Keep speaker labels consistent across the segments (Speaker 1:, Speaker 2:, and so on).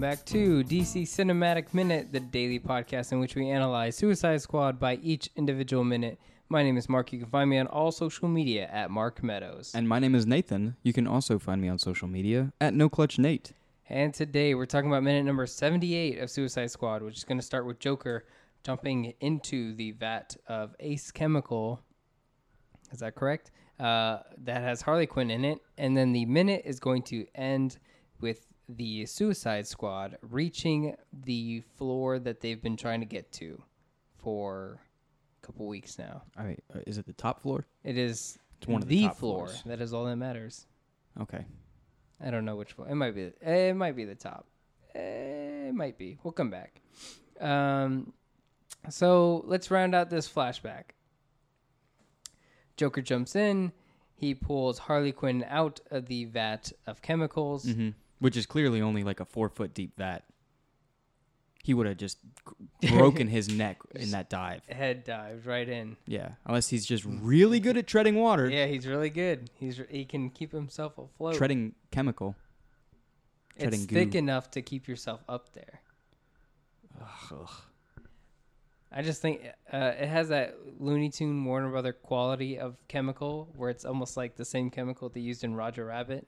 Speaker 1: back to DC Cinematic Minute, the daily podcast in which we analyze Suicide Squad by each individual minute. My name is Mark. You can find me on all social media at Mark Meadows.
Speaker 2: And my name is Nathan. You can also find me on social media at No Clutch Nate.
Speaker 1: And today we're talking about minute number 78 of Suicide Squad, which is going to start with Joker jumping into the vat of Ace Chemical. Is that correct? Uh, that has Harley Quinn in it. And then the minute is going to end with the Suicide Squad reaching the floor that they've been trying to get to for a couple weeks now.
Speaker 2: All right, uh, is it the top floor?
Speaker 1: It is
Speaker 2: It's one of the
Speaker 1: the,
Speaker 2: top
Speaker 1: floor.
Speaker 2: floors.
Speaker 1: That is all that matters.
Speaker 2: Okay.
Speaker 1: I don't know which one. It might be. It might be the top. Eh, It might be. We'll come back. Um, so let's round out this flashback. Joker jumps in. He pulls Harley Quinn out of the vat of chemicals.
Speaker 2: hmm Which is clearly only like a four foot deep vat. He would have just broken his neck in that dive.
Speaker 1: Head dives right in.
Speaker 2: Yeah, unless he's just really good at treading water,
Speaker 1: Yeah, he's really good. He's re- he can keep himself afloat.
Speaker 2: treading chemical.
Speaker 1: it's
Speaker 2: treading goo.
Speaker 1: thick enough to keep yourself up there.
Speaker 2: Ugh.
Speaker 1: I just think uh, it has that Looney Tune Warner Brother quality of chemical, where it's almost like the same chemical they used in Roger Rabbit.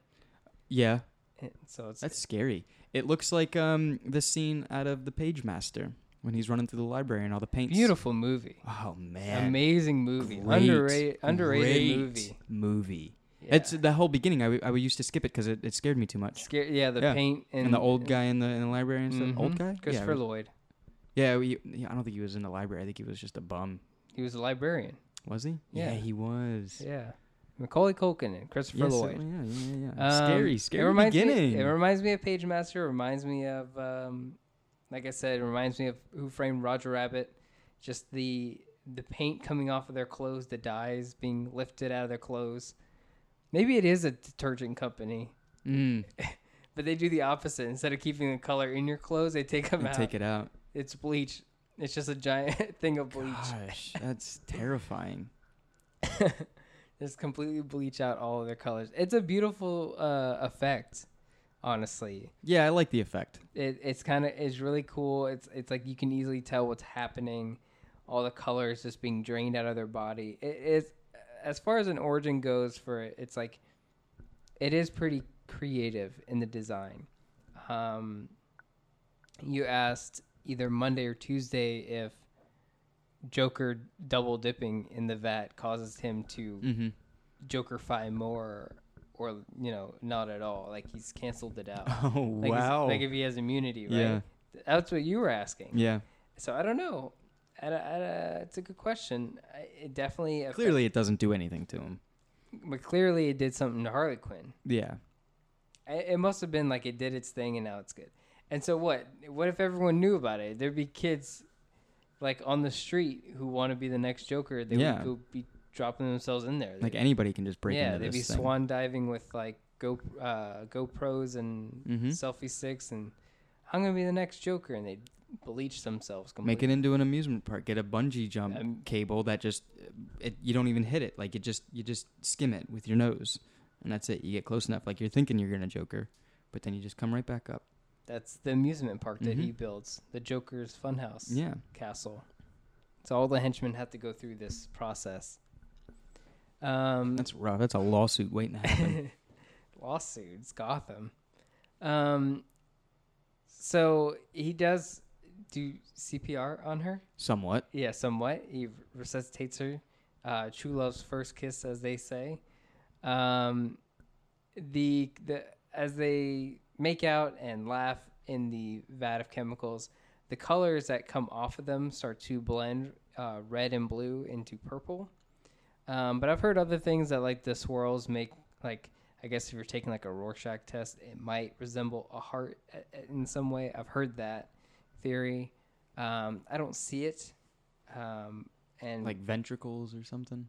Speaker 2: Yeah,
Speaker 1: And so it's
Speaker 2: that's scary. It looks like um the scene out of The Page Master when he's running through the library and all the paints.
Speaker 1: beautiful movie,
Speaker 2: Oh man.
Speaker 1: amazing movie,
Speaker 2: Great,
Speaker 1: underrated, underrated
Speaker 2: great
Speaker 1: movie.
Speaker 2: movie.
Speaker 1: Yeah.
Speaker 2: It's the whole beginning. I, w- I used to skip it because it, it scared me too much.
Speaker 1: Scare, yeah, the
Speaker 2: Yeah.
Speaker 1: paint and,
Speaker 2: And, the old guy in the in the library and stuff. Old
Speaker 1: Mhm.
Speaker 2: guy,
Speaker 1: Christopher
Speaker 2: Yeah,
Speaker 1: Lloyd.
Speaker 2: yeah, we- yeah. I don't think he was in the library. I think he was just a bum.
Speaker 1: He was a librarian.
Speaker 2: Was he?
Speaker 1: Yeah.
Speaker 2: he was.
Speaker 1: Yeah, Macaulay Culkin and Christopher
Speaker 2: Yes, it-
Speaker 1: Lloyd.
Speaker 2: yeah, yeah, yeah.
Speaker 1: Um,
Speaker 2: scary,
Speaker 1: it
Speaker 2: scary
Speaker 1: reminds
Speaker 2: beginning.
Speaker 1: Me, it reminds me of Page Master. It reminds me of, um, like I said, it reminds me of Who Framed Roger Rabbit. Just the the paint coming off of their clothes, the dyes being lifted out of their clothes. Maybe it is a detergent company,
Speaker 2: mm,
Speaker 1: but they do the opposite. Instead of keeping the color in your clothes, they take them
Speaker 2: and
Speaker 1: out.
Speaker 2: take it out.
Speaker 1: It's bleach. It's just a giant thing of bleach.
Speaker 2: Gosh, that's terrifying.
Speaker 1: just completely bleach out all of their colors. It's a beautiful uh, effect, honestly.
Speaker 2: Yeah, I like the effect.
Speaker 1: it, it's kind of it's really cool it's it's like you can easily tell what's happening all the colors just being drained out of their body it is as far as an origin goes for it it's like it is pretty creative in the design um you asked either monday or tuesday if joker double dipping in the vat causes him to
Speaker 2: Mm-hmm.
Speaker 1: jokerify more or you know not at all like he's canceled it out
Speaker 2: Oh
Speaker 1: like is-
Speaker 2: wow.
Speaker 1: Like if he has immunity, right?
Speaker 2: Yeah.
Speaker 1: That's what you were asking.
Speaker 2: yeah,
Speaker 1: So I don't know. I, don't- I, don't- it's a good question. I, it definitely affect-
Speaker 2: clearly it doesn't do anything to him.
Speaker 1: but clearly it did something to Harley Quinn.
Speaker 2: Yeah.
Speaker 1: I, it must have been like it did its thing and now it's good. And so what? What if everyone knew about it? There'd be kids like on the street who want to be the next Joker. They
Speaker 2: Yeah.
Speaker 1: would go be dropping themselves in there.
Speaker 2: Like
Speaker 1: They'd-
Speaker 2: anybody can just break
Speaker 1: yeah,
Speaker 2: into
Speaker 1: they'd
Speaker 2: this
Speaker 1: be
Speaker 2: thing.
Speaker 1: swan diving with like Go uh, GoPros and
Speaker 2: Mhm.
Speaker 1: selfie sticks, and I'm gonna be the next Joker, and they bleach themselves
Speaker 2: Make
Speaker 1: completely.
Speaker 2: it into an amusement park. Get a bungee jump
Speaker 1: Um,
Speaker 2: cable that just uh, it, you don't even hit it. Like it just you just skim it with your nose, and that's it. You get close enough, like you're thinking you're gonna Joker, but then you just come right back up.
Speaker 1: That's the amusement park that he
Speaker 2: Mhm.
Speaker 1: builds, the Joker's Funhouse
Speaker 2: Yeah.
Speaker 1: Castle. So all the henchmen have to go through this process. Um,
Speaker 2: That's rough. That's a lawsuit waiting to happen.
Speaker 1: lawsuits, Gotham. Um, so he does do CPR on her.
Speaker 2: Somewhat.
Speaker 1: Yeah, somewhat. He resuscitates her. Uh, true love's first kiss, as they say. Um, the the as they make out and laugh in the vat of chemicals, the colors that come off of them start to blend uh, red and blue into purple. Um, but I've heard other things that like the swirls make like I guess if you're taking like a Rorschach test, it might resemble a heart uh, uh, in some way. I've heard that theory. Um, I don't see it. Um, and
Speaker 2: Like ventricles or something.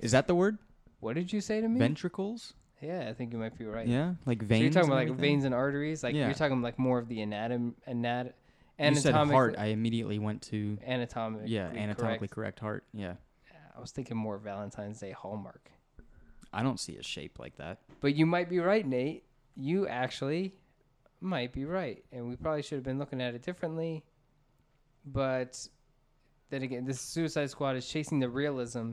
Speaker 2: Is that the word?
Speaker 1: what did you say to me?
Speaker 2: Ventricles?
Speaker 1: yeah, I think you might be right.
Speaker 2: Yeah, like
Speaker 1: So
Speaker 2: veins.
Speaker 1: you're talking
Speaker 2: and
Speaker 1: about like
Speaker 2: everything?
Speaker 1: veins and arteries. Like
Speaker 2: Yeah.
Speaker 1: you're talking like more of the anatom anat
Speaker 2: You said heart.
Speaker 1: anatomically
Speaker 2: I immediately went to
Speaker 1: anatomically
Speaker 2: yeah, anatomically
Speaker 1: correct.
Speaker 2: correct heart. Yeah,
Speaker 1: I was thinking more Valentine's Day hallmark.
Speaker 2: I don't see a shape like that.
Speaker 1: But you might be right, Nate. You actually might be right, and we probably should have been looking at it differently. But then again, this Suicide Squad is chasing the realism,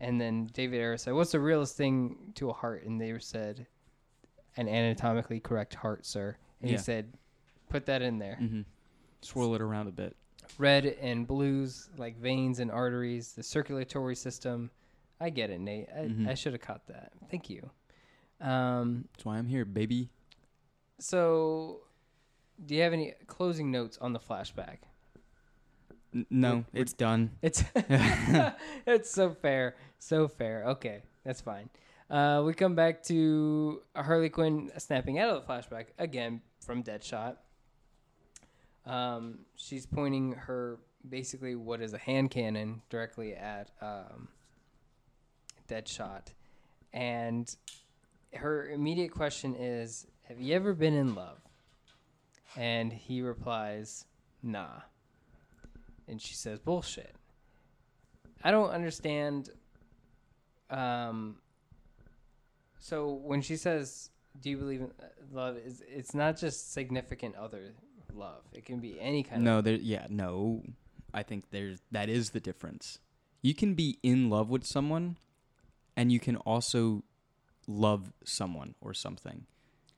Speaker 1: and then David Ayer said, "What's the realest thing to a heart?" And they said, "An anatomically correct heart, sir." And
Speaker 2: Yeah.
Speaker 1: he said, "Put that in there."
Speaker 2: Mm-hmm. Swirl it around a bit.
Speaker 1: red and blues like veins and arteries the circulatory system i get it nate i,
Speaker 2: Mhm.
Speaker 1: I should have caught that thank you um,
Speaker 2: That's why I'm here, baby.
Speaker 1: so do you have any closing notes on the flashback
Speaker 2: N- no,
Speaker 1: Would- would-
Speaker 2: it's done.
Speaker 1: it's it's so fair so fair okay that's fine uh, we come back to harley quinn snapping out of the flashback again from deadshot um, she's pointing her basically what is a hand cannon directly at um, Deadshot, and her immediate question is, "Have you ever been in love?" And he replies, "Nah." And she says, "Bullshit." I don't understand. Um, so when she says, "Do you believe in uh, love?" is it's not just significant other love. It can be any kind of
Speaker 2: No, there. Yeah, no. I think there's that is the difference. You can be in love with someone, and you can also love someone or something.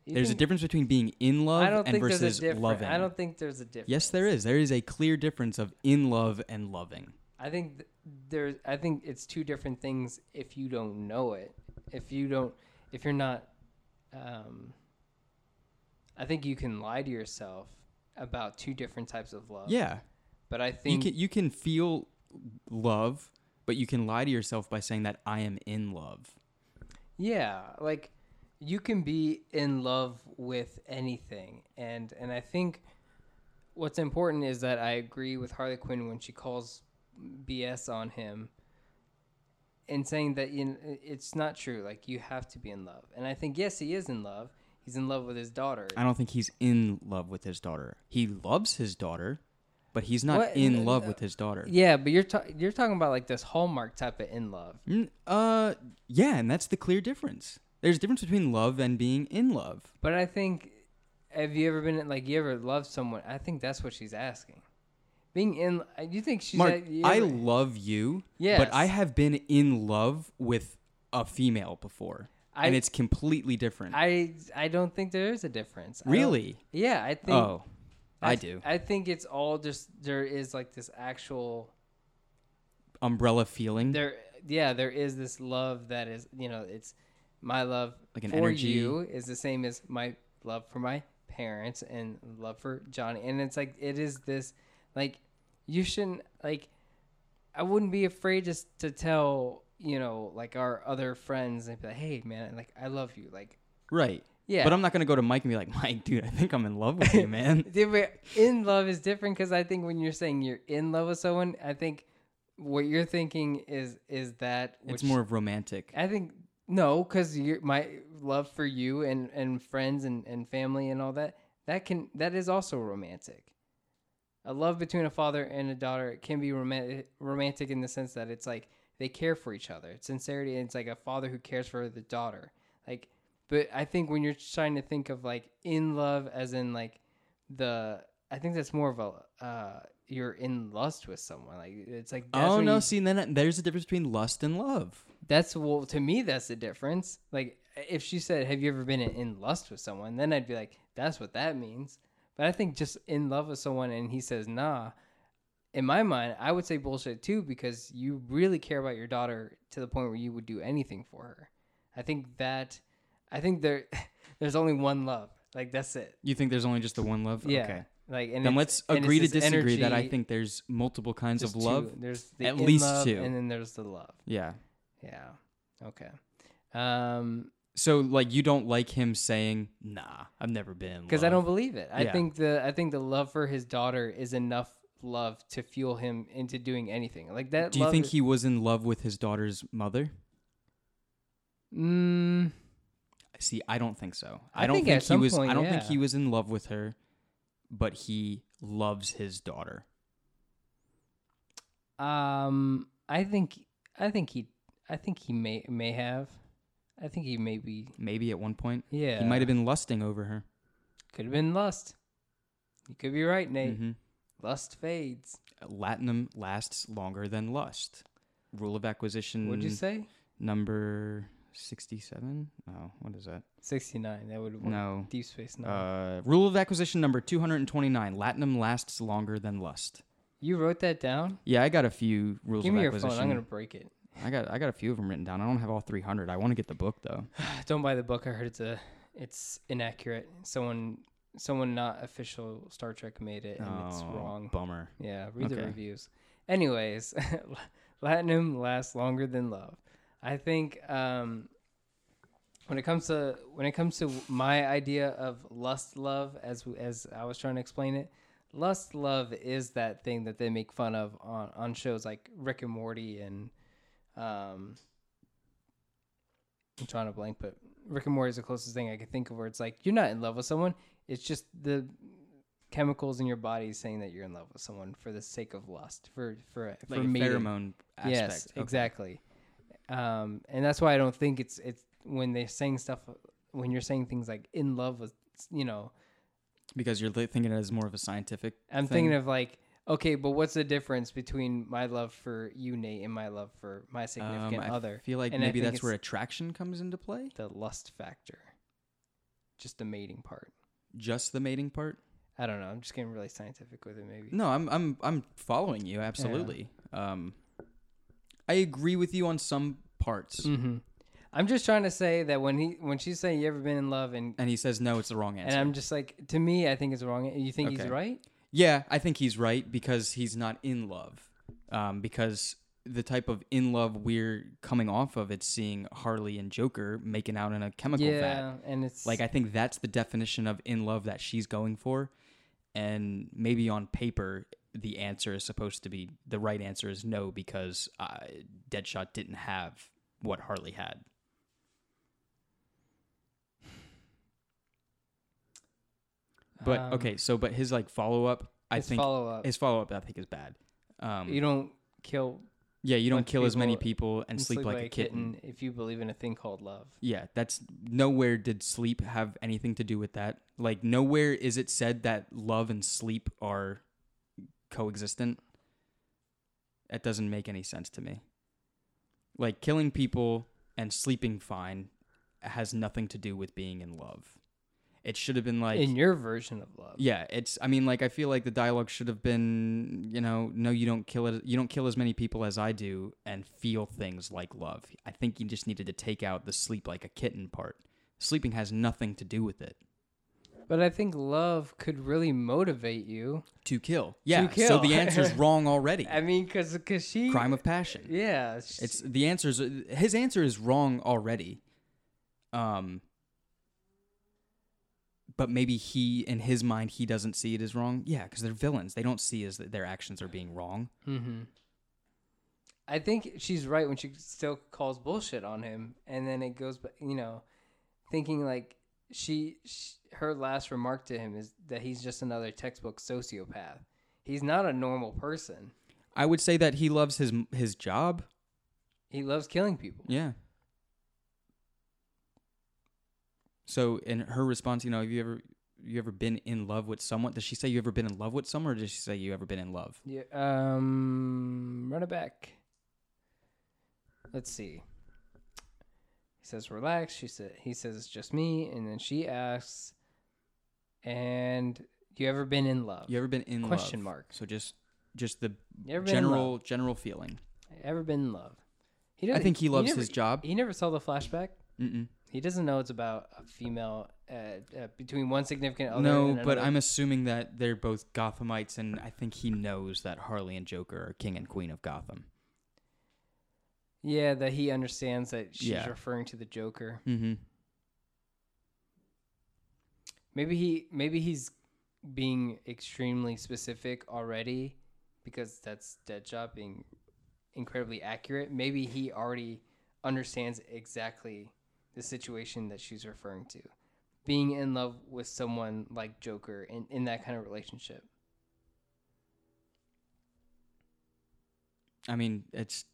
Speaker 1: You
Speaker 2: there's
Speaker 1: think-
Speaker 2: a difference betereen being in love
Speaker 1: I don't
Speaker 2: and
Speaker 1: think
Speaker 2: versus
Speaker 1: there's a difference.
Speaker 2: loving.
Speaker 1: I don't think there's a difference.
Speaker 2: yes, there is. There is a clear difference of in love and loving.
Speaker 1: I think th- there's. I think it's two different things. If you don't know it, if you don't, if you're not, um, I think you can lie to yourself about two different types of love.
Speaker 2: Yeah,
Speaker 1: But I
Speaker 2: you
Speaker 1: Uh, think
Speaker 2: can you can feel love, but you can lie to yourself by saying that I am in love.
Speaker 1: Yeah, like you can be in love with anything. And and I think what's important is that I agree with Harley Quinn when she calls BS on him and saying that you know, it's not true. Like you have to be in love. And I think yes, he is in love. He's in love with his daughter.
Speaker 2: I don't think he's in love with his daughter. He loves his daughter, but he's not
Speaker 1: What- Uh,
Speaker 2: in love with his daughter.
Speaker 1: Yeah, but you're ta- you're talking about like this hallmark type of in love.
Speaker 2: Mm, uh, yeah, and that's the clear difference. There's a difference between love and being in love.
Speaker 1: But I think, have you ever been like you ever loved someone? I think that's what she's asking. Being in, you think she's
Speaker 2: Mark,
Speaker 1: at- you
Speaker 2: I
Speaker 1: ever-
Speaker 2: love you,
Speaker 1: Yes.
Speaker 2: but I have been in love with a female before,
Speaker 1: I-
Speaker 2: and it's completely different.
Speaker 1: I I don't think there is a difference. I don't-
Speaker 2: really?
Speaker 1: yeah, I think.
Speaker 2: Oh, I,
Speaker 1: th-
Speaker 2: do.
Speaker 1: I think it's all just there is like this actual
Speaker 2: Umbrella feeling,
Speaker 1: there. Yeah, there is this love that is you know it's my love
Speaker 2: Like an
Speaker 1: for
Speaker 2: energy.
Speaker 1: you is the same as my love for my parents and love for Johnny, and it's like it is this like you shouldn't like I wouldn't be afraid just to tell you know like our other friends and be like hey man like I love you like
Speaker 2: right?
Speaker 1: yeah
Speaker 2: But I'm not gonna go to Mike and be like, Mike, dude, I think I'm in love with you, man.
Speaker 1: Yeah, but in love is different because I think when you're saying you're in love with someone, I think what you're thinking is is that
Speaker 2: it's
Speaker 1: which-
Speaker 2: more of romantic.
Speaker 1: I think no, because my love for you and and friends and and family and all that that can that is also romantic. A love between a father and a daughter can be romantic romantic in the sense that it's like they care for each other. It's sincerity and it's like a father who cares for the daughter. Like but I think when you're trying to think of like in love as in like the I think that's more of a uh you're in lust with someone. Like it's like that's
Speaker 2: oh
Speaker 1: when
Speaker 2: no,
Speaker 1: you-
Speaker 2: see, then there's a difference between lust and love.
Speaker 1: that's well to me that's the difference like if she said have you ever been in, in lust with someone then i'd be like that's what that means but i think just in love with someone and he says nah in my mind i would say bullshit too because you really care about your daughter to the point where you would do anything for her i think that i think there there's only one love like that's it
Speaker 2: You think there's only just the one love?
Speaker 1: yeah
Speaker 2: Okay.
Speaker 1: like and
Speaker 2: Then
Speaker 1: it's-
Speaker 2: let's
Speaker 1: and it's
Speaker 2: agree to
Speaker 1: this
Speaker 2: disagree that I
Speaker 1: energy-
Speaker 2: think there's multiple kinds
Speaker 1: there's
Speaker 2: of love.
Speaker 1: two. there's the
Speaker 2: At
Speaker 1: in
Speaker 2: least
Speaker 1: love,
Speaker 2: two.
Speaker 1: and then there's the love
Speaker 2: Yeah.
Speaker 1: yeah okay um
Speaker 2: So like you don't like him saying, "Nah, I've never been."
Speaker 1: because I don't believe it. I
Speaker 2: Yeah.
Speaker 1: think the I think the love for his daughter is enough love to fuel him into doing anything like that.
Speaker 2: Do you
Speaker 1: love
Speaker 2: think
Speaker 1: is-
Speaker 2: he was in love with his daughter's mother?
Speaker 1: Mm,
Speaker 2: See, I don't think so.
Speaker 1: I
Speaker 2: I, don't
Speaker 1: think at
Speaker 2: think, he
Speaker 1: some
Speaker 2: was.
Speaker 1: point,
Speaker 2: I don't think
Speaker 1: yeah.
Speaker 2: he was in love with her, but he loves his daughter.
Speaker 1: um, I think I think he I think he may may have. I think he may be.
Speaker 2: Maybe at one point
Speaker 1: Yeah,
Speaker 2: he might have been lusting over her.
Speaker 1: Could have been lust. You could be right, Nate.
Speaker 2: Mhm.
Speaker 1: Lust fades.
Speaker 2: Latinum lasts longer than lust. Rule of acquisition.
Speaker 1: What'd you
Speaker 2: Mm.
Speaker 1: say?
Speaker 2: Number sixty-seven. No, what is that?
Speaker 1: 69. That would
Speaker 2: No.
Speaker 1: Deep Space Nine.
Speaker 2: Uh, rule of acquisition number two hundred and twenty-nine. Latinum lasts longer than lust.
Speaker 1: you wrote that down?
Speaker 2: Yeah, I got a few rules
Speaker 1: Give
Speaker 2: of
Speaker 1: me your
Speaker 2: acquisition.
Speaker 1: phone. I'm going to break it.
Speaker 2: I got I got a few of them written down. I don't have all three hundred. I want to get the book though.
Speaker 1: Don't buy the book. I heard it's a, it's inaccurate. Someone, someone not official Star Trek made it, and it's
Speaker 2: Oh,
Speaker 1: wrong.
Speaker 2: Bummer.
Speaker 1: Yeah, read the
Speaker 2: Okay.
Speaker 1: reviews. Anyways, Latinum lasts longer than love. I think um, when it comes to when it comes to my idea of lust love, as as I was trying to explain it, lust love is that thing that they make fun of on on shows like Rick and Morty and um, I'm trying to blank, but Rick and Morty is the closest thing I can think of where it's like you're not in love with someone. It's just the chemicals in your body saying that you're in love with someone for the sake of lust, for for
Speaker 2: Like
Speaker 1: for
Speaker 2: a
Speaker 1: mating.
Speaker 2: pheromone aspect.
Speaker 1: Yes,
Speaker 2: Okay.
Speaker 1: exactly. Um, and that's why I don't think it's it's when they're saying stuff when you're saying things like in love with you know
Speaker 2: Because you're li- thinking it as more of a scientific.
Speaker 1: I'm
Speaker 2: thing.
Speaker 1: thinking of like okay, but what's the difference between my love for you, Nate, and my love for my significant
Speaker 2: Um, I
Speaker 1: other?
Speaker 2: feel like
Speaker 1: and I
Speaker 2: maybe
Speaker 1: think
Speaker 2: that's
Speaker 1: it's-
Speaker 2: where attraction comes into play.
Speaker 1: The lust factor, just the mating part.
Speaker 2: Just the mating part.
Speaker 1: I don't know. I'm just getting really scientific with it, maybe.
Speaker 2: No, I'm I'm I'm following you absolutely. Um, I agree with you on some parts.
Speaker 1: hmm I'm just trying to say that when he when she's saying you ever been in love and
Speaker 2: And he says no, it's the wrong
Speaker 1: and
Speaker 2: answer.
Speaker 1: I'm just like to me I think it's wrong. You think he's
Speaker 2: Okay.
Speaker 1: right?
Speaker 2: yeah, I think he's right because he's not in love. Um, because the type of in love we're coming off of, it's seeing Harley and Joker making out in a chemical
Speaker 1: yeah,
Speaker 2: vat.
Speaker 1: and it's
Speaker 2: Like I think that's the definition of in love that she's going for. And maybe on paper the answer is supposed to be the right answer is no because uh, Deadshot didn't have what Harley had. But
Speaker 1: Um,
Speaker 2: okay, so but his like follow up, I
Speaker 1: his
Speaker 2: think
Speaker 1: follow up.
Speaker 2: his follow up I think is bad. Um,
Speaker 1: you don't kill
Speaker 2: yeah, you don't
Speaker 1: bunch of
Speaker 2: kill as many
Speaker 1: people
Speaker 2: people and sleep, like, a kitten.
Speaker 1: if you believe in a thing called love.
Speaker 2: Yeah, that's nowhere did sleep have anything to do with that. Like nowhere is it said that love and sleep are coexistent. That doesn't make any sense to me. Like killing people and sleeping fine has nothing to do with being in love. It should have been like
Speaker 1: in your version of love.
Speaker 2: yeah, it's. I mean, like, I feel like the dialogue should have been, you know, no, you don't kill it. You don't kill as many people as I do, and feel things like love. I think you just needed to take out the sleep like a kitten part. Sleeping has nothing to do with it.
Speaker 1: But I think love could really motivate you.
Speaker 2: To kill. Yeah. So
Speaker 1: kill.
Speaker 2: the answer's wrong already.
Speaker 1: I mean, cause, 'cause she
Speaker 2: Crime of passion.
Speaker 1: Yeah,
Speaker 2: It's the answer's. His answer is wrong already. Um. But maybe he, in his mind, he doesn't see it as wrong. Yeah, because they're villains. They don't see as that their actions are being wrong.
Speaker 1: Mm-hmm. I think she's right when she still calls bullshit on him, and then it goes, but you know, thinking like she, sh her last remark to him is that he's just another textbook sociopath. He's not a normal person.
Speaker 2: I would say that he loves his his job.
Speaker 1: He loves killing people.
Speaker 2: Yeah. So in her response, you know, have you ever you ever been in love with someone? Does she say you ever been in love with someone, or does she say you ever been in love?
Speaker 1: Yeah. Um. Run it back. Let's see. He says, "Relax." She said. He says, "It's just me." And then she asks, "And you ever been in love?
Speaker 2: You ever been in
Speaker 1: Question
Speaker 2: love?
Speaker 1: mark.
Speaker 2: So just just the
Speaker 1: You ever been in love?
Speaker 2: general general feeling.
Speaker 1: ever been in love. He
Speaker 2: I
Speaker 1: doesn't-
Speaker 2: think he loves
Speaker 1: never-
Speaker 2: his job.
Speaker 1: He never saw the flashback.
Speaker 2: Mm-mm.
Speaker 1: He doesn't know it's about a female uh, uh, between one significant other.
Speaker 2: No,
Speaker 1: and
Speaker 2: but
Speaker 1: another.
Speaker 2: I'm assuming that they're both Gothamites, and I think he knows that Harley and Joker are king and queen of Gotham.
Speaker 1: yeah that he understands that she's
Speaker 2: Yeah.
Speaker 1: referring to the Joker.
Speaker 2: Mm-hmm.
Speaker 1: Maybe he maybe he's being extremely specific already because that's Deadshot being incredibly accurate. Maybe he already understands exactly the situation that she's referring to. Being in love with someone like Joker in, in that kind of relationship.
Speaker 2: I mean, it's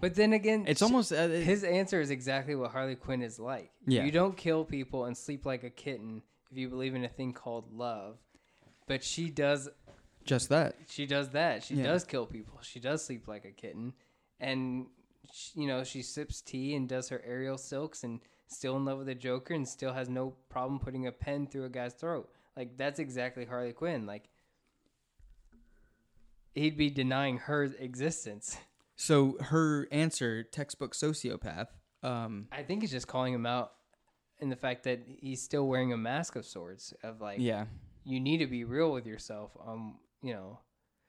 Speaker 1: But then again,
Speaker 2: it's
Speaker 1: she-
Speaker 2: almost uh, it-
Speaker 1: his answer is exactly what Harley Quinn is like.
Speaker 2: Yeah.
Speaker 1: You don't kill people and sleep like a kitten if you believe in a thing called love, but she does
Speaker 2: Just that.
Speaker 1: she does that. She
Speaker 2: Yeah.
Speaker 1: does kill people. She does sleep like a kitten, and sh you know she sips tea and does her aerial silks and still in love with the Joker and still has no problem putting a pen through a guy's throat. Like that's exactly Harley Quinn. Like he'd be denying her existence.
Speaker 2: So her answer, textbook sociopath. Um,
Speaker 1: I think it's just calling him out in the fact that he's still wearing a mask of sorts of like
Speaker 2: yeah.
Speaker 1: you need to be real with yourself. Um, you know,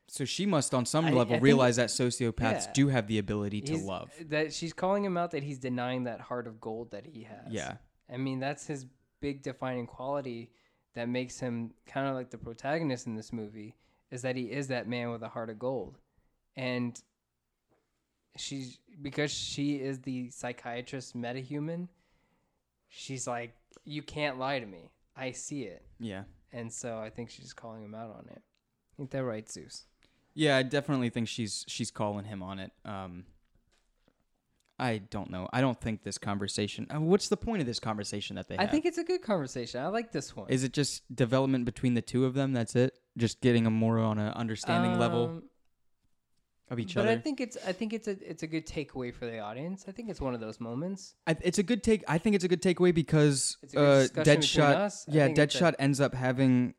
Speaker 2: So she must, on some
Speaker 1: I- I
Speaker 2: level,
Speaker 1: think-
Speaker 2: realize that sociopaths
Speaker 1: Yeah.
Speaker 2: do have the ability to
Speaker 1: he's-
Speaker 2: love.
Speaker 1: that she's calling him out that he's denying that heart of gold that he has.
Speaker 2: Yeah.
Speaker 1: I mean, that's his big defining quality that makes him kind of like the protagonist in this movie is that he is that man with a heart of gold. And she's because she is the psychiatrist metahuman, she's like, You can't lie to me. I see it.
Speaker 2: Yeah.
Speaker 1: And so I think she's calling him out on it. Ain't that right, Zeus?
Speaker 2: Yeah, I definitely think she's she's calling him on it. Um, I don't know. I don't think this conversation. Uh, what's the point of this conversation that they
Speaker 1: I
Speaker 2: have?
Speaker 1: think it's a good conversation. I like this one.
Speaker 2: is it just development between the two of them? That's it. Just getting them more on an understanding level
Speaker 1: Um,
Speaker 2: of each
Speaker 1: but
Speaker 2: other.
Speaker 1: I think it's I think it's a it's a good takeaway for the audience. I think it's one of those moments.
Speaker 2: I, it's a good take. I think it's a good takeaway because
Speaker 1: It's a good
Speaker 2: uh,
Speaker 1: discussion between
Speaker 2: Deadshot.
Speaker 1: us. I
Speaker 2: Yeah,
Speaker 1: think it's a-
Speaker 2: Deadshot ends up having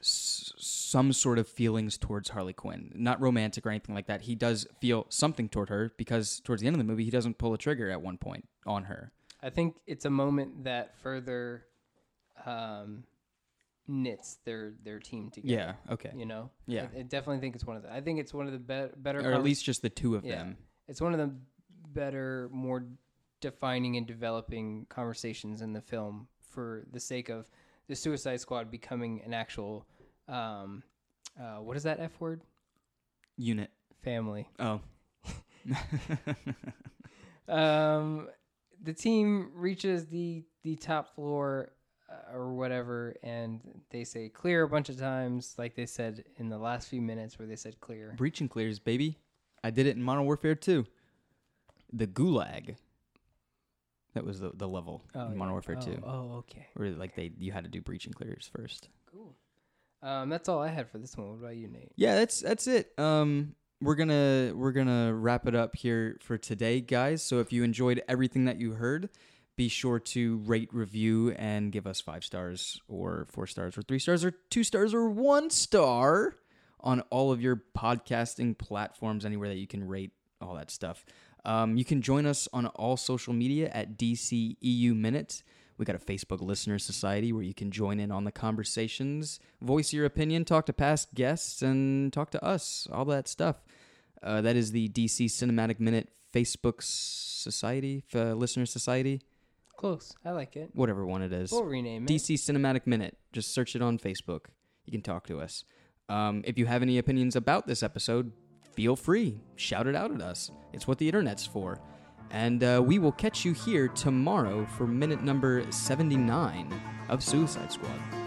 Speaker 2: s- some sort of feelings towards Harley Quinn, not romantic or anything like that. He does feel something toward her because towards the end of the movie, he doesn't pull a trigger at one point on her.
Speaker 1: I think it's a moment that further um, knits their their team together.
Speaker 2: Yeah. Okay.
Speaker 1: You know.
Speaker 2: Yeah.
Speaker 1: I, I definitely think it's one of the. I think it's one of the be- better.
Speaker 2: Or at
Speaker 1: conver-
Speaker 2: least just the two of
Speaker 1: Yeah.
Speaker 2: them.
Speaker 1: it's one of the better, more defining and developing conversations in the film for the sake of the Suicide Squad becoming an actual. Um, uh, what is that F word?
Speaker 2: Unit.
Speaker 1: Family.
Speaker 2: Oh.
Speaker 1: um, the team reaches the the top floor uh, or whatever, and they say clear a bunch of times, like they said in the last few minutes where they said clear.
Speaker 2: Breach and clears, baby. I did it in Modern Warfare 2. The Gulag. That was the, the level in Modern Warfare 2.
Speaker 1: Oh, oh, okay,
Speaker 2: Where like they you had to do breach and clears first.
Speaker 1: cool. Um, that's all I had for this one. What about you, Nate?
Speaker 2: Yeah, that's that's it. Um we're gonna we're gonna wrap it up here for today, guys. So if you enjoyed everything that you heard, be sure to rate, review, and give us five stars or four stars or three stars or two stars or one star on all of your podcasting platforms, anywhere that you can rate, all that stuff. Um, you can join us on all social media at DCEU Minutes. We got a Facebook Listener Society where you can join in on the conversations, voice your opinion, talk to past guests, and talk to us, all that stuff. Uh, that is the DC Cinematic Minute Facebook Society, uh, Listener Society,
Speaker 1: Close. I like it.
Speaker 2: whatever one it is.
Speaker 1: We'll rename it.
Speaker 2: DC Cinematic Minute. Just search it on Facebook. You can talk to us. Um, if you have any opinions about this episode, feel free. Shout it out at us. It's what the internet's for. And uh, we will catch you here tomorrow for minute number 79 of Suicide Squad.